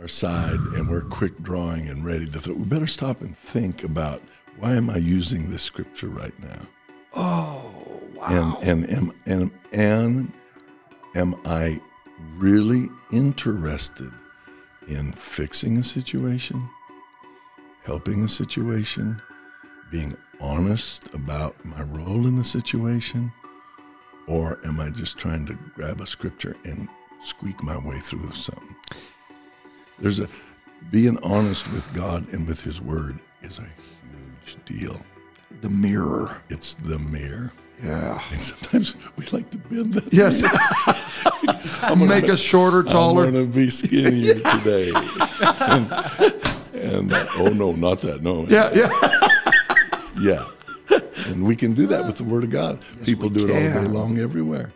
our side and we're quick drawing and ready to throw, we better stop and think about why am I using this scripture right now? Oh, And wow. and am and, and am I really interested in fixing a situation, helping a situation, being honest about my role in the situation, or am I just trying to grab a scripture and squeak my way through something? There's a being honest with God and with His Word is a huge deal. the mirror. It's the mirror. Yeah. And sometimes we like to bend that. Yes. Make us shorter, taller. I'm going to be skinnier today. and and, uh, oh no, not that. No. yeah, yeah. Yeah. And we can do that with the Word of God. People do it all day can. long everywhere.